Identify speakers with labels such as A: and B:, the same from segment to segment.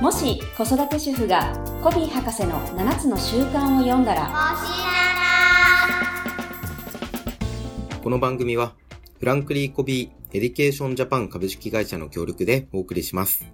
A: もし子育て主婦がコビー博士の7つの習慣を読んだら
B: この番組は、フランクリー・コビー・エディケーション・ジャパン株式会社の協力でお送りします。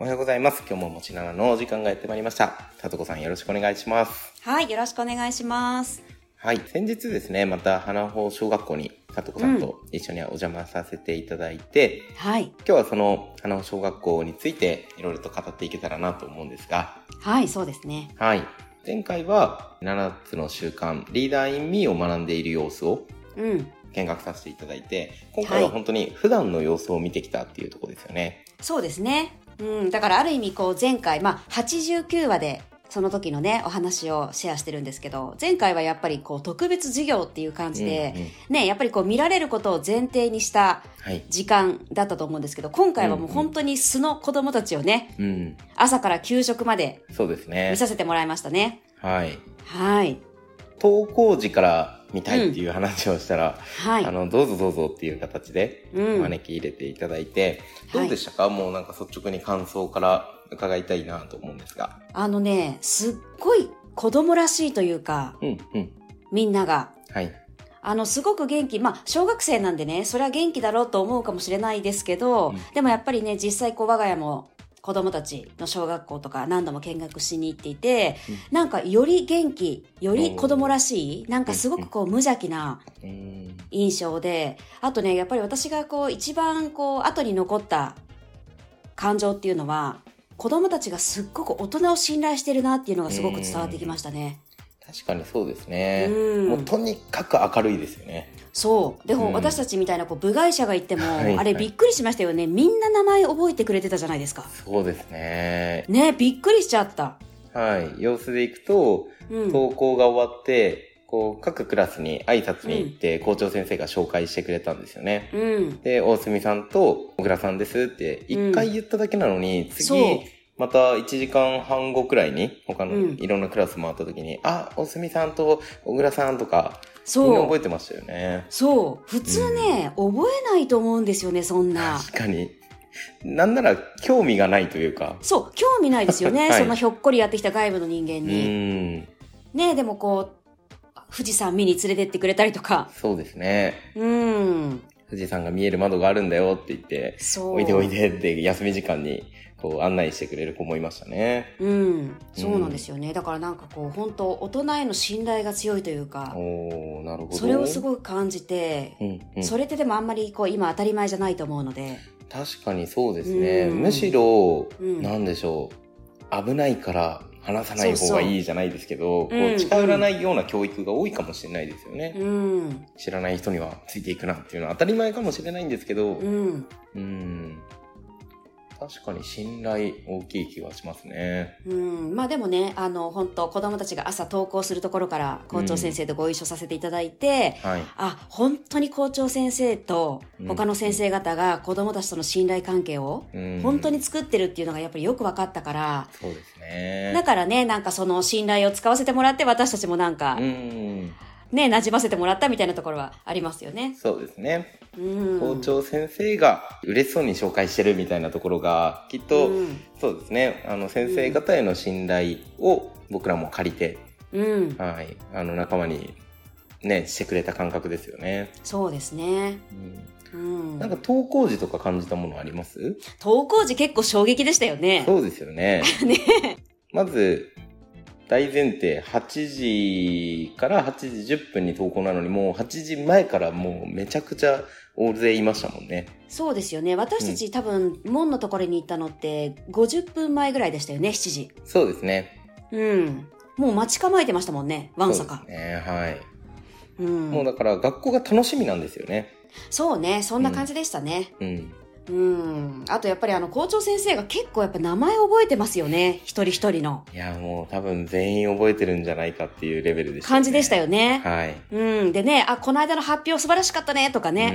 B: おはようございます。今日ももちななのお時間がやってまいりました。さとこさんよろしくお願いします。
A: はいよろしくお願いします
B: はい。先日ですね、また花穂小学校にさとこさんと一緒にお邪魔させていただいて、
A: はい
B: 今日はその花穂小学校についていろいろと語っていけたらなと思うんですが、
A: はいそうですね
B: はい。前回は7つの習慣、リーダーインミーを学んでいる様子を
A: うん
B: 見学させていただいて、今回は
A: はい
B: 本当に普段の様子を見てきたっていうところですよね。
A: そうですねうんだからある意味こう前回まあ89話でその時のねお話をシェアしてるんですけど前回はやっぱりこう特別授業っていう感じで、
B: うんうん
A: ねやっぱりこう見られることを前提にした
B: はい。
A: 時間だったと思うんですけど今回はもう本当に素の子供たちをね
B: うん。
A: 朝から給食まで
B: そうですね
A: 見。させてもらいましたね
B: はい。
A: はい
B: 登校時から見たいっていう話をしたら、
A: はい
B: あの、どうぞどうぞっていう形で
A: う
B: お
A: ん
B: 招き入れていただいて、
A: はい
B: どうでしたか、もうなんか率直に感想から伺いたいなと思うんですが。
A: あのね、すっごい子供らしいというか、
B: うん、うん。
A: みんなが。
B: はい。
A: あの、すごく元気。まあ、小学生なんでね、それは元気だろうと思うかもしれないですけど、
B: うん
A: でもやっぱりね、実際こう我が家も子供たちの小学校とか何度も見学しに行っていて、なんかより元気、より子供らしい、なんかすごくこう無邪気な
B: うん。
A: 印象で、あとね、やっぱり私がこう一番こう後に残った感情っていうのは、子供たちがすっごく大人を信頼してるなっていうのがすごく伝わってきましたね。
B: 確かにそうですね。
A: うん
B: もうとにかく明るいですよね。
A: そう。でも、
B: うん
A: 私たちみたいなこう部外者がいても、
B: はい
A: あれびっくりしましたよね。みんな名前覚えてくれてたじゃないですか。
B: そうですね。
A: ねびっくりしちゃった。
B: はい。様子でいくと、
A: うん。
B: 登校が終わって、こう、各クラスに挨拶に行って、校長先生が紹介してくれたんですよね。
A: うん。
B: で、大隅さんと小倉さんですって、
A: うん
B: 一回言っただけなのに、
A: そう
B: 次、また1時間半後くらいに、他の
A: うん
B: いろんなクラス回った時に、あ、大隅さんと小倉さんとか、みんな
A: そ
B: 覚
A: う。
B: えてましたよね。
A: そう。普通ね、覚えないと思うんですよね、そんな。
B: 確かに。なんなら興味がないというか。
A: そう。興味ないですよね。
B: はい
A: そんなひょっこりやってきた外部の人間
B: う
A: に。
B: ーん。
A: ねでもこう、富士山見に連れてってくれたりとか。
B: そうですね。
A: うん。
B: 富士山が見える窓があるんだよって言って、
A: そう。
B: おいでおいでって休み時間にこう案内してくれる子もいましたね。
A: うん。そうなんですよね。だからなんかこう、本当大人への信頼が強いというか、
B: おー、なるほど。
A: それをす
B: い。
A: ごく感じて、
B: うんうん、
A: それってでもあんまりこう今当たり前じゃないと思うので、
B: 確かにそうですね。
A: うん
B: むしろ、
A: うん
B: なんでしょう。危ないから話さない方がいいじゃないですけど、
A: そうそう
B: こう近寄らないような教育が多いかもしれないですよね。
A: うん、
B: 知らない人にはついていくなっていうのは当たり前かもしれないんですけど、
A: うん、
B: うん。確かに信頼大きい気がしますね。
A: うん。まあでもね、あの、本当子供たちが朝登校するところから校長先生とご一緒させていただいて、
B: はい。
A: あ、本当に校長先生と他の先生方が子供たちとの信頼関係を
B: うん
A: 本当に作ってるっていうのがやっぱりよく分かったから、
B: そうですね。
A: だからね、なんかその信頼を使わせてもらって私たちもなんか
B: うん。
A: ね、馴染ませてもらったみたいなところはありますよね。
B: そうですね。
A: うん。
B: 校長先生が嬉しそうに紹介してるみたいなところが、きっと、
A: うん。
B: そうですね。あの、先生方への信頼を僕らも借りて、
A: うん。
B: はい。あの、仲間に、ね、してくれた感覚ですよね。
A: そうですね。
B: うん
A: うん。
B: なんか、登校時とか感じたものあります
A: 登校時結構衝撃でしたよね。
B: そうです よね。まず、大前提、8時から8時10分に投稿なのに、もう8時前からもうめちゃくちゃ大勢いましたもんね。
A: そうですよね。私たち多分、門のところに行ったのって50分前ぐらいでしたよね、7時。
B: そうですね。
A: うん。もう待ち構えてましたもんね、わんさか
B: そう。ですね、はい。
A: うん。
B: もうだから学校が楽しみなんですよね。
A: そうね、そんな感じでしたね。
B: うん。
A: うん。あとやっぱりあの、校長先生が結構やっぱ名前覚えてますよね、一人一人の
B: いや、もう多分全員覚えてるんじゃないかっていうレベルでした、
A: 感じでした
B: よ
A: よね。
B: はい。
A: うん。でね、あ、この間の発表素晴らしかったね、とかね。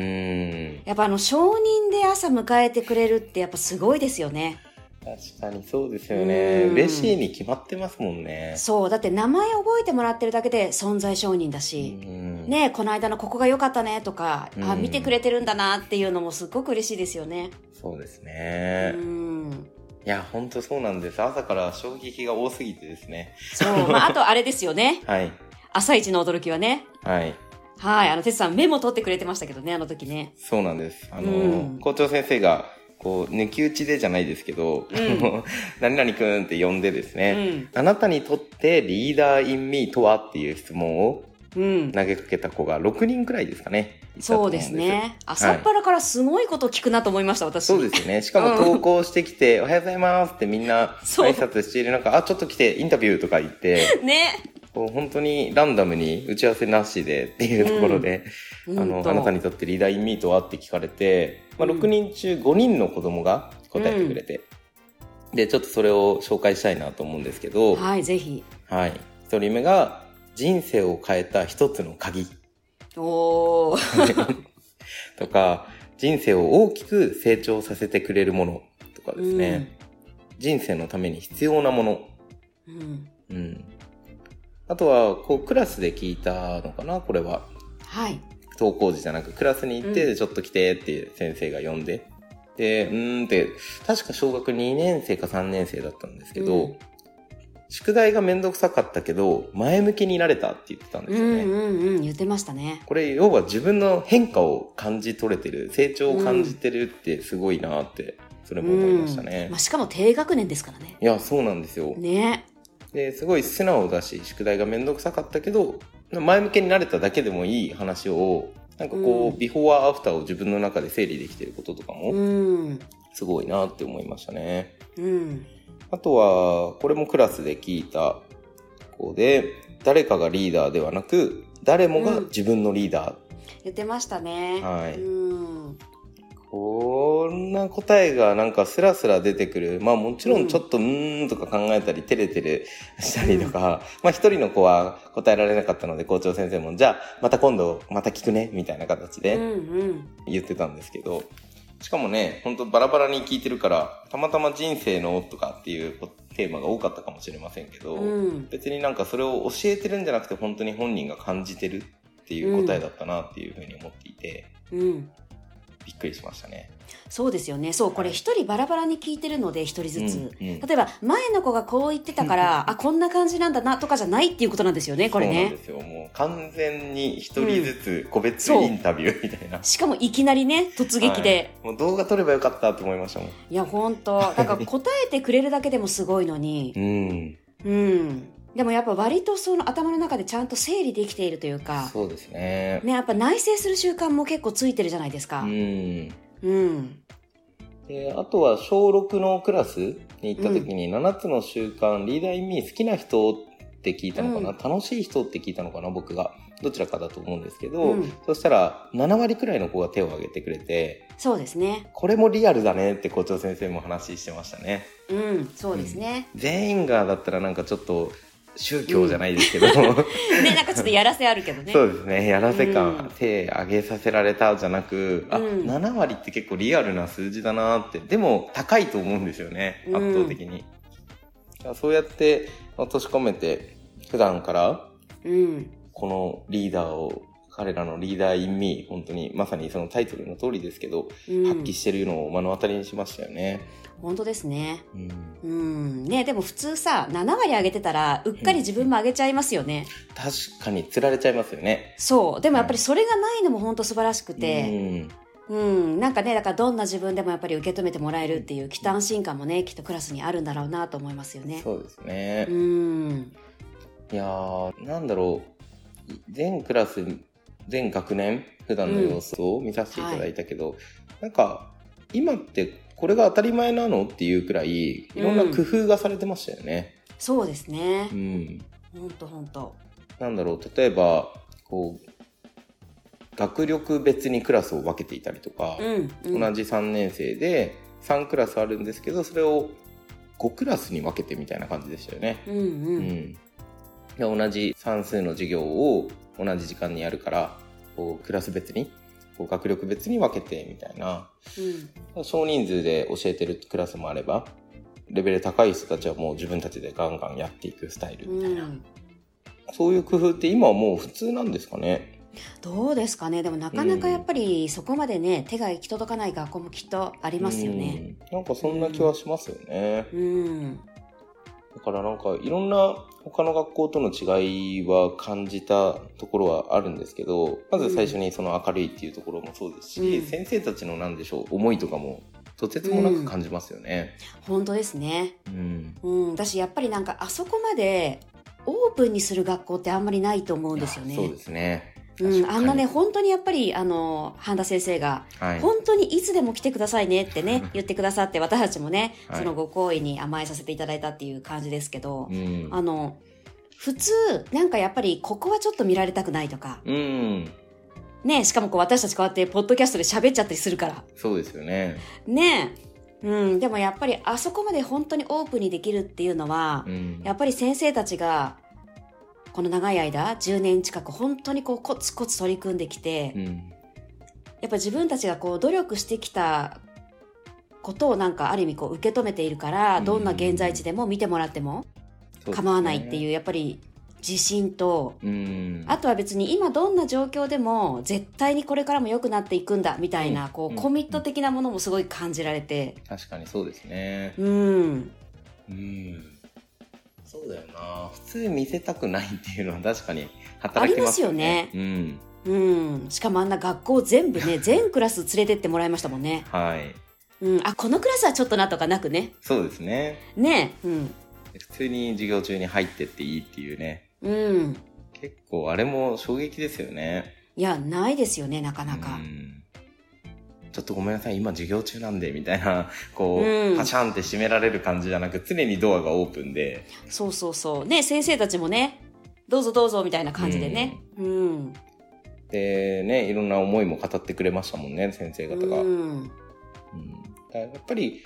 A: やっぱあの、承認で朝迎えてくれるってやっぱすごいですよね。
B: うーん。確かにそうですよね。
A: うん
B: 嬉しいに決まってますもんね。
A: そう。だって名前覚えてもらってるだけで存在承認だし、
B: ん
A: ねえこの間のここが良かったねとか、あ、
B: うん
A: 見てくれてるんだなっていうのもすっごく嬉しいですよね。
B: そうです
A: う
B: ね。
A: ん。
B: いや、本当そうなんです。朝から衝撃が多すぎてですね。
A: そう。まあ、あとあれですよね。
B: はい。
A: 朝一の驚きはね。
B: はい。
A: はい。あの、てつさんメモ取ってくれてましたけどね、あの時ね。
B: そうなんです。あの、
A: うん
B: 校長先生が、こう、抜き打ちでじゃないですけど、
A: うん
B: あの 何々くんって呼んでです
A: う
B: ね、
A: ん。
B: あなたにとってリーダーインミーとはっていう質問を
A: うん。
B: 投げかけた子が6人くらいですかね。いたと思
A: そうんですね。朝っぱらからすごいこと聞くなと思いました、私。
B: そうですよね。しかも投稿してきて、 おはようございますってみんな
A: そう
B: 挨拶している中、あ、ちょっと来てインタビューとか言って、
A: ね。
B: こう本当にランダムに打ち合わせなしでっていうところで、あ
A: うん
B: の、
A: と
B: あなたにとってリーダーインミーとはって聞かれて、まあ、
A: うん
B: 6人中5人の子供が答えてくれて、で、ちょっとそれを紹介したいなと思うんですけど、
A: はい、ぜひ。
B: はい。1人目が、人生を変えた一つの鍵
A: おー。
B: とか、人生を大きく成長させてくれるものとかですね。人生のために必要なもの。
A: うん。うん。
B: うん。あとは、こう、クラスで聞いたのかなこれは。
A: はい。
B: 登校時じゃなく、クラスに行っ
A: う
B: て、ちょっと来てって先生が呼んで。で、うーんって、確か小学2年生か3年生だったんですけど、
A: うん
B: 宿題がめんどくさかったけど、前向きになれたって言ってたんで
A: う
B: すよ
A: ん
B: ね。
A: うんうん。言ってましたね。
B: これ、要は自分の変化を感じ取れてる、成長を感じてるってすごいなって、それも思いましたね。
A: うんまあ、しかも低学年ですからね。
B: いや、そうなんですよ。
A: ね。
B: ですごい素直だし宿題が面倒くさかったけど前向きになれただけでもいい話をなんかこう、
A: うん
B: ビフォーアフターを自分の中で整理できてることとか
A: う
B: も
A: ん。
B: すごいなって思いましたね。
A: うん。
B: あとはこれもクラスで聞いた子で誰かがリーダーではなく誰もが自分のリーダー。
A: 言ってましたね。
B: はい
A: うん。
B: こんな答えがなんかスラスラ出てくる。まあもちろ
A: うん
B: んちょっとうーんとか考えたり、照れてるしたりとか、 まあ一人の子は答えられなかったので校長先生も、じゃあまた今度また聞くね、みたいな形
A: うん
B: で
A: うん。
B: 言ってたんですけど、しかもね、ほんとバラバラに聞いてるから、たまたま人生のとかっていうテーマが多かったかもしれませんけど、
A: うん。
B: 別になんかそれを教えてるんじゃなくて本当に本人が感じてるっていう答えだったなっていうふうに思っていて、
A: うん。
B: びっくりしましたね。
A: そうですよね。そう、これ一人バラバラに聞いてるので、一人ずつ。
B: うんうん
A: 例えば、前の子がこう言ってた から、あ、こんな感じなんだな、とかじゃないっていうことなんですよね、これ
B: そうなん
A: ね
B: で。すよ。もう完全に一人ずつ個別インタビューみたいな。
A: しかもいきなりね、突撃で。
B: はい。もう動画撮ればよかったと思いましたもん。
A: い、や、ほん と。なんか答えてくれるだけでもすごいのに。
B: うん。
A: うん。でもやっぱ割とその頭の中でちゃんと整理できているというか、
B: そうですね。
A: ね、やっぱ内省する習慣も結構ついてるじゃないです
B: う
A: か。
B: ん。
A: うん。
B: で、あとは小6のクラスに行った時に、7つの習慣、リーダーインミー好きな人って聞いたのかな、
A: うん
B: 楽しい人って聞いたのかな僕が。どちらかだと思うんですけど、
A: うん
B: そしたら7割くらいの子が手を挙げてくれて、
A: そうですね。
B: これもリアルだねって校長先生も話してましたね。
A: うん、そうですね。
B: 全員がだったらなんかちょっと宗教じゃないですけど、
A: ね、なんかちょっとやらせあるけどね。
B: そうですねやらせ感、
A: うん
B: 手上げさせられたじゃなくあ、
A: うん
B: 7割って結構リアルな数字だなってでも高いと思うんですよね
A: うん
B: 圧倒的に、だからそうやって落とし込めて普段から
A: うん。
B: このリーダーを彼らのリーダーインミー本当にまさにそのタイトルの通りですけど、
A: うん、
B: 発揮してるのを目の当たりにしましたよね、
A: 本当ですね。
B: うん
A: うん。ね、でも普通さ、7割上げてたら、うっかり自分も上げちゃいますよね。
B: 確かに釣られちゃいますよね
A: そう。でもやっぱりそれがないのも本当素晴らしくて。
B: うん
A: うん、なんかね、だからどんな自分でもやっぱり受け止めてもらえるっていう、期待心感もね、きっとクラスにあるんだろうなと思いますよね。
B: そうですね
A: う。ん。
B: いやー、なんだろう。全クラス、全学年、普段の様子を見させていただいたけど、なんか、今ってこれが当たり前なのっていうくらい、いろんな工夫がされてましたよね。
A: そうですね
B: う。ん。
A: 本当本当
B: なんだろう、例えば、こう、学力別にクラスを分けていたりとか、
A: うん。うん
B: 同じ3年生で3クラスあるんですけど、それを5クラスに分けてみたいな感じでしたよね。
A: うんう。
B: うんん、で同じ算数の授業を同じ時間にやるからこうクラス別にこう学力別に分けてみたいな
A: うん。
B: 少人数で教えてるクラスもあればレベル高い人たちはもう自分たちでガンガンやっていくスタイルみたいな、
A: うん
B: そういう工夫って今はもう普通なんですかね
A: どうですかねでもなかなかやっぱりそこまでね、手が行き届かない学校もきっとありますよね。
B: うん。なんかそんな気はしますよね。
A: うん。
B: だからなんかいろんな他の学校との違いは感じたところはあるんですけど、まず最初にその明るいっていうところもそうですし、
A: うん
B: 先生たちのなんでしょう、思いとかもとてつもなく感じますよね。
A: 本当ですね。
B: うん。
A: うん。だし、やっぱりなんかあそこまでオープンにする学校ってあんまりないと思うんですよね。
B: そうですね。
A: うん。
B: 確かに
A: あんなね、、本当にやっぱり、あの、半田先生が、
B: はい。
A: 本当にいつでも来てくださいねって ね、言ってくださって、私たちもね、
B: はい
A: そのご好意に甘えさせていただいたっていう感じですけど、
B: うん。
A: あの、普通、なんかやっぱり、ここはちょっと見られたくないとか、
B: うん。
A: ねしかもこう私たちこうやってポッドキャストで喋っちゃったりするから。
B: そうですよね。
A: ねえ。うん、でもやっぱりあそこまで本当にオープンにできるっていうのは
B: う、ん。
A: やっぱり先生たちが、この長い間、10年近く本当にこうコツコツ取り組んできて、
B: うん。
A: やっぱ自分たちがこう努力してきたことをなんかある意味こう受け止めているから、
B: うん
A: どんな現在地でも見てもらっても構わないっていう、
B: う
A: やっぱり自信と、
B: ですね。うん。
A: あとは別に今どんな状況でも絶対にこれからも良くなっていくんだみたいな、
B: うん
A: こ
B: う
A: うんコミット的なものもすごい感じられて、
B: 確かにそうですね。
A: うん、
B: うん。そうだよな。普通見せたくないっていうのは確かに
A: あ
B: 働
A: り
B: き
A: ま
B: ますす
A: よ
B: よね
A: ね。。
B: うん。
A: うん、しかもあんな学校全部ね、全クラス連れてってもらいましたもんね。
B: はい。
A: うん、あ、このクラスはちょっとなとかなくね。
B: そうですね。
A: ね、うん、
B: 普通に授業中に入ってっていいっていうね。
A: うん。
B: 結構あれも衝撃ですよね。
A: いや、ないですよね、なかなか
B: う。んちょっとごめんなさい、今授業中なんで、みたいな、こ
A: うん
B: う、パシャンって閉められる感じじゃなく、常にドアがオープンで、
A: そうそうそう。ね、先生たちもね、どうぞどうぞみたいな感じでね。うん。
B: で、ね、いろんな思いも語ってくれましたもんね、先生
A: う
B: 方が。
A: ん。
B: うんだからやっぱり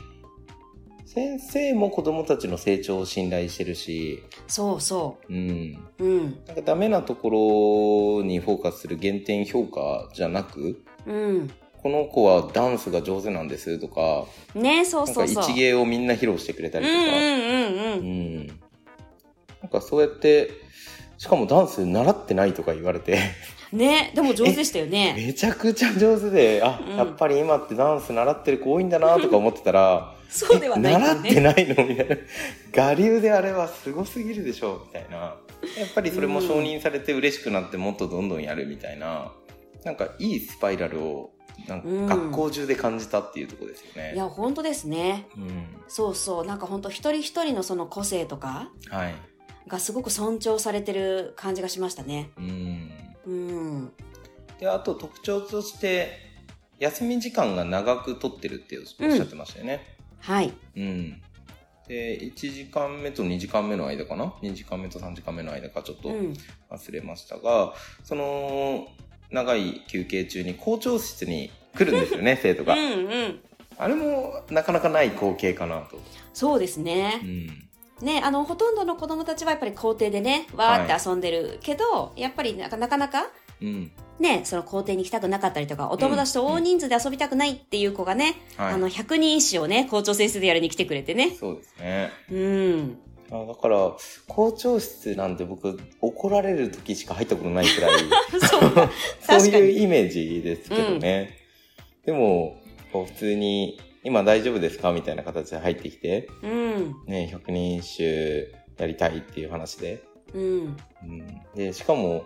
B: 先生も子供たちの成長を信頼してるし、
A: そうそ
B: うん、
A: う。うん。
B: なんかダメなところにフォーカスする減点評価じゃなく
A: うん。
B: この子はダンスが上手なんですとか
A: ね、そうそう
B: な
A: そ
B: ん
A: う。
B: か一芸をみんな披露してくれた
A: うん
B: り
A: う
B: とか、
A: んうんう。
B: うんんなんかそうやってしかもダンス習ってないとか言われて
A: ね、でも上手でしたよね。
B: めちゃくちゃ上手であ、
A: うん
B: やっぱり今ってダンス習ってる子多いんだなとか思ってたら。
A: そうではない
B: 習
A: よ
B: って
A: ね。
B: ないのみたいな我流であれはすごすぎるでしょみたいなやっぱりそれも承認されて嬉しくなってもっとどんどんやるみたいななんかいいスパイラルをなんか
A: うん
B: 学校中で感じたっていうところですよ
A: い
B: ね。
A: や、本当ですね。
B: うん、
A: そうそう。なんか本当一人一人のその個性とか
B: はい、
A: がすごく尊重されてる感じがしましたね。
B: うん、
A: うん。
B: であと特徴として休み時間が長く取ってるっておっしゃってましたよね。
A: はい。
B: うんで1時間目と2時間目の間かな2時間目と3時間目の間かちょっと
A: うん。
B: 忘れましたがその長い休憩中に校長室に来るんですよね 生徒
A: う
B: が
A: んうん。
B: あれもなかなかない光景かなと、
A: そうですね
B: う。ん
A: ね、あのほとんどの子供たちはやっぱり校庭でねわーって遊んでるけど、やっぱりなんかなかなか
B: うん
A: ねその校庭に行きたくなかったりとかお友達と大人数で遊びたくないっていう子がね、
B: はい、
A: あの100人一首をね校長先生でやりに来てくれてね
B: そうですね
A: うん
B: あだから校長室なんて僕怒られる時しか入ったことな いくらい
A: そう
B: そう
A: 確か
B: いう
A: に
B: イメージですけどね、でもこう普通に「今大丈夫ですか?」みたいな形で入ってきて、
A: うん
B: ね、百人一首やりたいっていう話で
A: うん
B: うんで、しかも、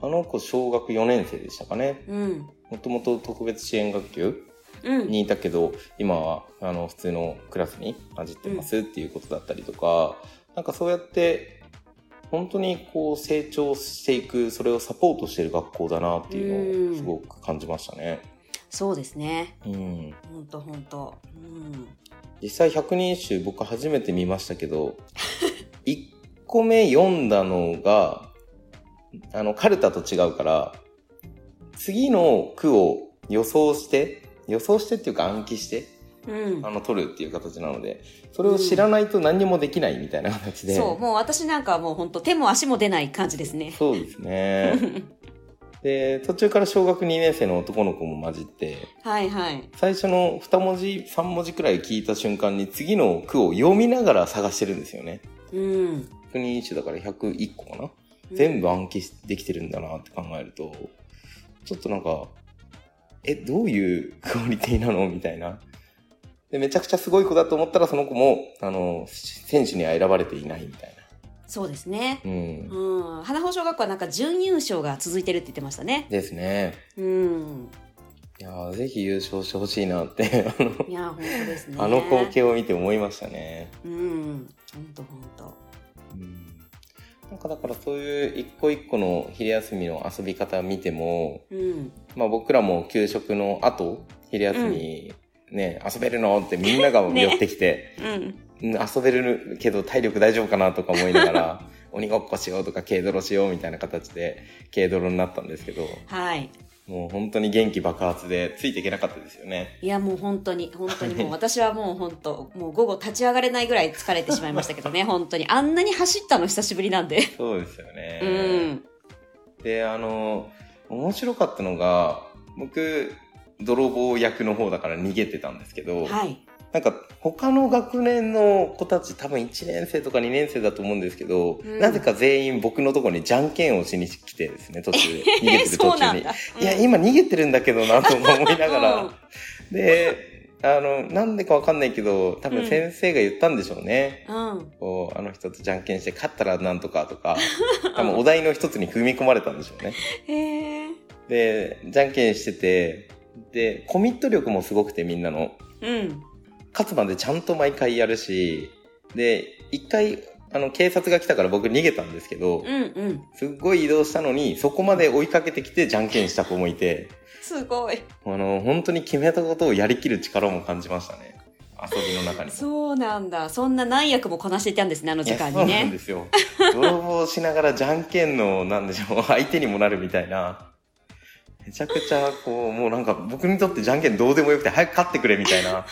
B: あの子小学4年生でしたかね。
A: うん
B: もともと特別支援学級
A: うん
B: にいたけど、今はあの普通のクラスに混じってますっていうことだったりとか、なんかそうやって、本当にこう成長していく、それをサポートしてる学校だなってい
A: うん
B: うのをすごく感じましたね。
A: そうですね
B: うん。
A: ほんとほんとうん
B: 実際百人一首僕初めて見ましたけど、1個目読んだのが、あの、カルタと違うから、次の句を予想して、予想してっていうか暗記して、
A: うん
B: あの、取るっていう形なので、それを知らないと何にもできないみたいな形で。
A: そうもう私なんかはもうほんと手も足も出ない感じですね
B: そうです ね。で、途中から小学2年生の男の子も混じって、
A: はいはい
B: 最初の2文字、3文字くらい聞いた瞬間に次の句を読みながら探してるんですよね。
A: うん
B: 100人一首だから101個かな、
A: う
B: 全部暗記できてるんだなって考えると、ちょっとなんか、え、どういうクオリティなのみたいな。で、めちゃくちゃすごい子だと思ったら、その子も、あの、選手には選ばれていないみたいな。
A: そうですね。
B: うん。
A: うん。花穂小学校はなんか準優勝が続いてるって言ってましたね。
B: ですね。
A: うん。
B: いやーぜひ優勝してほしいなって、あの、
A: いや、本当ですね。
B: あの光。景を見て思いましたね。
A: うん。本当本当。
B: うんなんかだからそういう一個一個の昼休みの遊び方見ても、
A: うん。
B: まあ、僕らも給食の後昼休み、ね遊べるのってみんなが
A: ね
B: 寄ってきて、
A: うん。
B: うん遊べるけど体力大丈夫かなとか思いな がら鬼ごっこしようとか軽泥しようみたいな形で軽泥になったんですけど
A: はい。
B: もう本当に元気爆発でついていけなかったですよね。
A: いや、もう本当に、本当にもう私はもう本当、もう午後立ち上がれないぐらい疲れてしまいましたけどね、本当に。あんなに走ったの久しぶりなんで。
B: そうですよね。
A: うん。
B: であの面白かったのが僕泥棒役の方だから逃げてたんですけど、
A: はい。
B: なんか他の学年の子たち多分1年生とか2年生だと思うんですけど、
A: うん
B: なぜか全員僕のところにじゃんけんをしに来てですね 途中で逃げてる途
A: そうな
B: 中
A: ん
B: に、
A: だ。
B: いや
A: うん
B: 今逃げてるんだけどなとも思いながら、
A: うん
B: であのなんでかわかんないけど多
A: う
B: 分
A: ん
B: 先生が言ったんでしょうね、
A: うん。
B: こうあの人とじゃんけんして勝ったらなんとかとか 多分お題の一つに組み込まれたんでしょうね
A: へえ。
B: でじゃんけんしててでコミット力もすごくてみんなの
A: うん。
B: 勝つまでちゃんと毎回やるし、で、一回、あの、警察が来たから僕逃げたんですけ
A: う
B: ど、
A: んうん。
B: すっごい移動したのに、そこまで追いかけてきてじゃんけんした子もいて、
A: すごい。
B: あの、本当に決めたことをやりきる力も感じましたね。遊びの中に。
A: そうなんだ。そんな何役もこなしていたんですね、あの
B: い
A: 時
B: や
A: 間
B: そ
A: に
B: うなん
A: ね。
B: ですよ。泥棒しながらじゃんけんの、なんでしょう、相手にもなるみたいな。めちゃくちゃ、こう、もうなんか、僕にとってじゃんけんどうでもよくて、早く勝ってくれみたいな。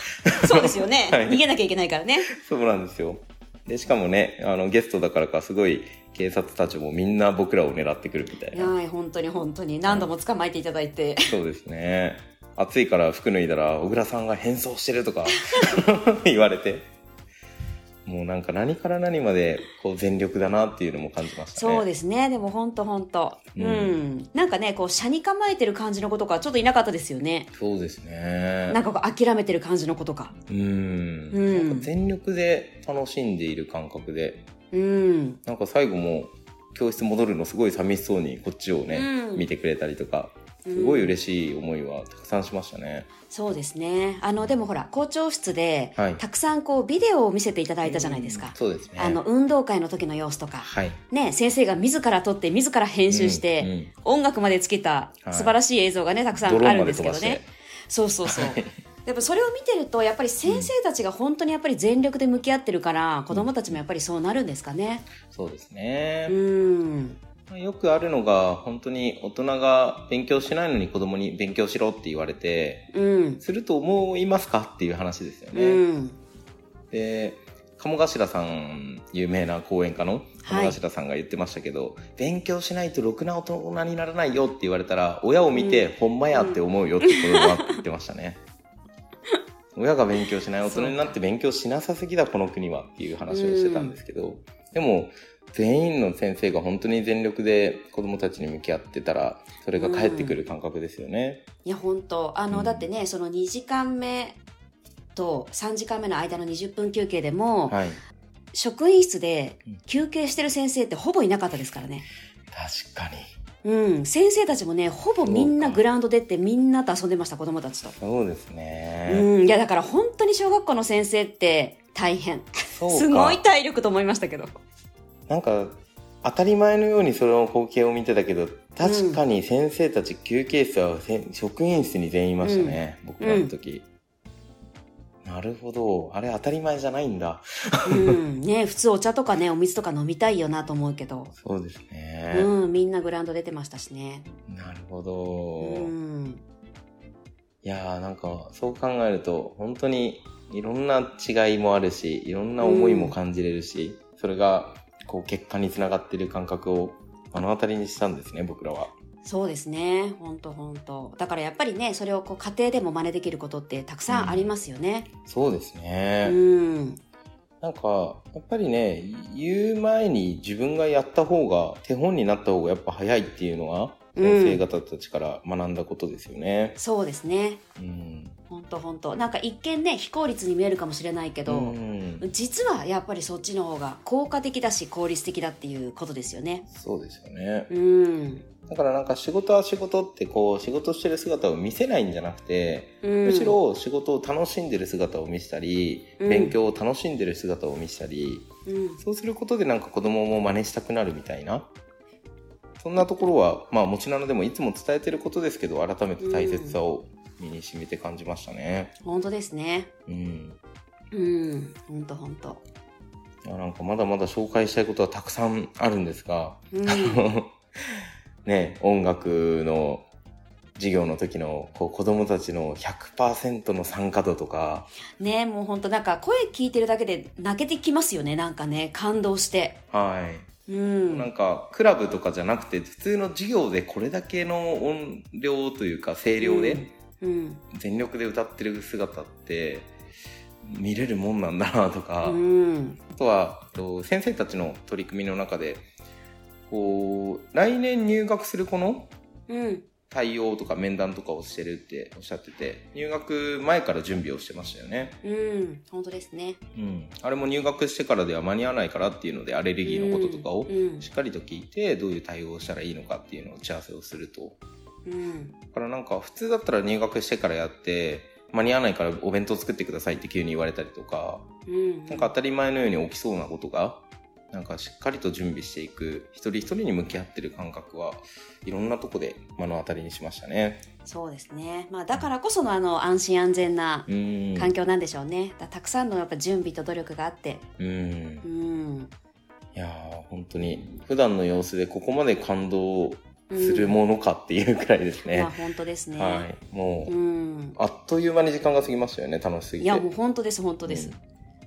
A: そうですよね、
B: はい
A: 逃げなきゃいけないからね。
B: そうなんですよ。で、しかもね、あの、ゲストだからか、すごい警察たちもみんな僕らを狙ってくるみたい
A: いや
B: な。
A: ー本当に本当に。何度も捕まえていただいて。
B: そうですね。暑いから服脱いだら、小倉さんが変装してるとか 言われて。もうなんか何から何までこう全力だなっていうのも感じましたね。
A: そうですね。でも本当本当。うん、
B: う
A: なんかね、こう、車に構えてる感じの子とか、ちょっといなかったですよね。
B: そうですね。
A: なんかこう、諦めてる感じの子とか。
B: うん。
A: うん
B: なんか全力で楽しんでいる感覚で、
A: うん。
B: なんか最後も教室戻るのすごい寂しそうにこっちをね、
A: うん
B: 見てくれたりとか、
A: うん
B: すごい嬉しい思いはたくさんしましたね。
A: そうですね。あの、でもほら、校長室で、
B: はい
A: たくさんこう、ビデオを見せていただいたじゃないですか。
B: そうですね。
A: あの、運動会の時の様子とか。
B: はい。
A: ね、先生が自ら撮って、自ら編集して、
B: うん
A: 音楽までつけた
B: はい
A: 素晴らしい映像がね、たくさ
B: ド
A: ん
B: ロ
A: あ
B: ーン
A: る
B: ま
A: ん
B: で
A: です
B: 飛
A: け
B: ば
A: ど
B: して
A: ね。。そうそうそう。やっぱそれを見てると、やっぱり先生たちが本当にやっぱり全力で向き合ってるから、子供たちもやっぱりそうなるんですかね。
B: そうです
A: う
B: ね。
A: ん。
B: よくあるのが、本当に大人が勉強しないのに子供に勉強しろって言われて、
A: うん。
B: すると思いますかっていう話ですよ
A: う
B: ね。
A: ん。
B: で鴨頭さん有名な講演家の
A: はい
B: 鴨頭さんが言ってましたけど、勉強しないとろくな大人にならないよって言われたら親を見て、ほんまやって思うよって子供は言ってましたね親が勉強しない大人になって勉強しなさすぎだこの国はっていう話をしてたんですけど、でも全員の先生が本当に全力で子供たちに向き合ってたらそれが返ってくる感覚ですよね、
A: いや、本当あの、
B: うん
A: だってね、その2時間目と3時間目の間の20分休憩でも、
B: はい
A: 職員室で休憩してる先生ってほぼいなかったですからね。
B: 確かに
A: うん。先生たちもね、ほぼみんなグラウンド出てみんなと遊んでました、子供たちと。
B: そうですね、
A: うん。いや、だから本当に小学校の先生って大変。
B: そうか
A: すごい体力と思いましたけど。
B: なんか当たり前のようにその光景を見てたけど確かに先生たち休憩室はせん職員室に全員いましたね、僕らの時、なるほどあれ当たり前じゃないんだ
A: うん。ね、普通お茶とかね、お水とか飲みたいよなと思うけど。
B: そうですね、
A: うん、みんなグラウンド出てましたしね。
B: なるほ
A: う
B: ど、い
A: ん。
B: やーなんかそう考えると本当にいろんな違いもあるしいろんな思いも感じれるし、それがこう結果につながってる感覚を目の当たりにしたんですね僕らは
A: そうですね。ほんとほんと。だからやっぱりね、それをこう家庭でも真似できることってたくさんありますよね。
B: そうですね、
A: うん。
B: なんか、やっぱりね、言う前に自分がやった方が、手本になった方がやっぱ早いっていうのは、
A: うん
B: 先生方たちから学んだことですよね。
A: そうですね。
B: うん。
A: ほんとほんと。なんか一見ね、非効率に見えるかもしれないけど、
B: うん
A: 実はやっぱりそっちの方が効果的だし効率的だっていうことですよね。
B: そうですよね。
A: うん。
B: だからなんか仕事は仕事ってこう、仕事してる姿を見せないんじゃなくて、
A: うん、
B: むしろ仕事を楽しんでる姿を見せたり、
A: うん
B: 勉強を楽しんでる姿を見せたり、
A: うん、
B: そうすることでなんか子供も真似したくなるみたいな。そんなところは、まあ、もちなのでもいつも伝えてることですけど、改めて大切さを身に染みて感じましたね。
A: 本当ですね。
B: うん。
A: うん、本当本当。
B: いや、なんかまだまだ紹介したいことはたくさんあるんですが、
A: うん、
B: ね、音楽の授業の時のこう子供たちの100%の参加度とか、
A: ねもう本当なんか声聞いてるだけで泣けてきますよねなんかね感動して。
B: はい。
A: う
B: なん
A: ん、
B: かクラブとかじゃなくて普通の授業でこれだけの音量というか声量で
A: うん、
B: 全力で歌ってる姿って見れるもんなんだなとか、
A: うん、
B: あとはえっと先生たちの取り組みの中でこう来年入学する子の
A: うん、
B: 対応とか面談とかをしてるっておっしゃってて入学前から準備をしてましたよね、
A: うん、本当ですね。
B: うん、あれも入学してからでは間に合わないからっていうのでアレルギーのこととかを
A: うん
B: しっかりと聞いてどういう対応をしたらいいのかっていうのを打ち合わせをすると
A: うん、
B: だからなんか普通だったら入学してからやって間に合わないからお弁当作ってくださいって急に言われたりとか
A: うん、
B: なんか当たり前のように起きそうなことがなんかしっかりと準備していく一人一人に向き合ってる感覚はいろんなとこで目の当たりにしましたね。
A: そうですね。まあだからこそのあの安心安全な
B: うん
A: 環境なんでしょうね。だたくさんのやっぱ準備と努力があって、
B: うん
A: うん、
B: いやー本当に普段の様子でここまで感動
A: うん
B: するものかっていうくらいです
A: まあ
B: ね。
A: 本当ですね。
B: はい、もう、
A: うん。
B: あっという間に時間が過ぎましたよね楽しすぎて。
A: いやもう本当です本当です。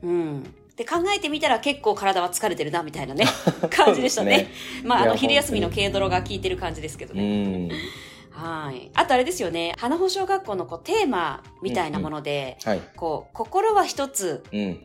A: うん。で考えてみたら結構体は疲れてるなみた いなね感じでしたね。まああ
B: いや
A: の昼休みの
B: 本当に
A: 軽泥が効いてる感じですけど
B: う
A: ね。
B: ん
A: はい。あとあれですよね。花保小学校のこうテーマみたいなもので、
B: はい、
A: こう心は一つ
B: うん、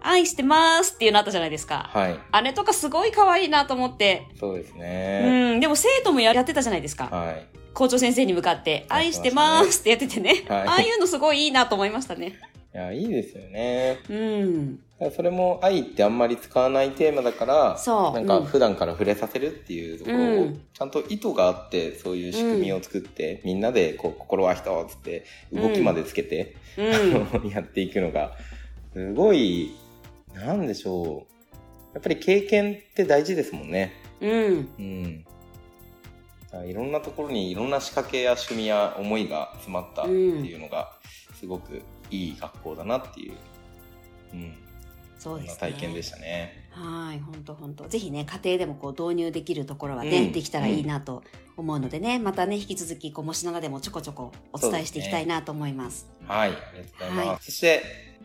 A: 愛してますっていうのあったじゃないですか。
B: はい、
A: あれとかすごい可愛いなと思って。
B: そうですね。
A: うん、でも生徒もややってたじゃないですか。
B: はい、
A: 校長先生に向かって、
B: やって
A: 愛
B: まし
A: したて
B: ね
A: ますってやっててね。
B: はい
A: ああいうのすごいいいなと思いましたね。
B: いやいいですよね。
A: うん。
B: それも愛ってあんまり使わないテーマだから、
A: そう
B: なんか
A: うん
B: 普段から触れさせるっていうところ
A: う
B: を
A: ん、
B: ちゃんと意図があって、そういう仕組みを作って、みんなでこう心は人をつって、動きまでつけて、
A: うん。
B: やっていくのが、すごい、なんでしょう。やっぱり経験って大事ですもんね。
A: うん。
B: うん。だからいろんなところにいろんな仕掛けや趣味や思いが詰まったっていうのが、すごくいい学校だなっていう、うん、
A: そう
B: そん
A: で
B: な
A: すね。
B: 体験でしたね。
A: はい、本当本当。ぜひね、家庭でもこう導入できるところはね、
B: うん
A: できたらいいなと思うのでね、またね、引き続き、こう、もしながでもちょこちょこお伝えしていきたいなと思います。
B: はい、ありがとうございます。
A: は
B: そして、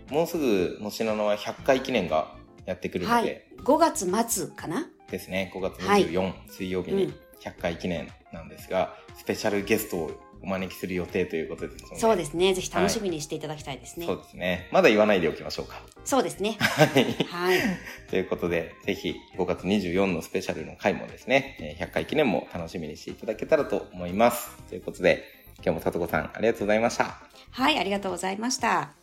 B: もうすぐ、のしなのは100回記念がやってくるので、
A: はい。5月末かな
B: ですね、5月
A: はい
B: 24、水曜日
A: う
B: に
A: ん
B: 100回記念なんですが、スペシャルゲストをお招きする予定ということですので。
A: そうですね。ぜひ楽しみにしていただきたいですね。
B: そうですね。まだ言わないでおきましょうか。
A: そうですね。
B: はい。
A: はい。
B: ということで、ぜひ5月24のスペシャルの回もですね、えー100回記念も楽しみにしていただけたらと思います。ということで、今日もさとこさんありがとうございました。
A: はい、ありがとうございました。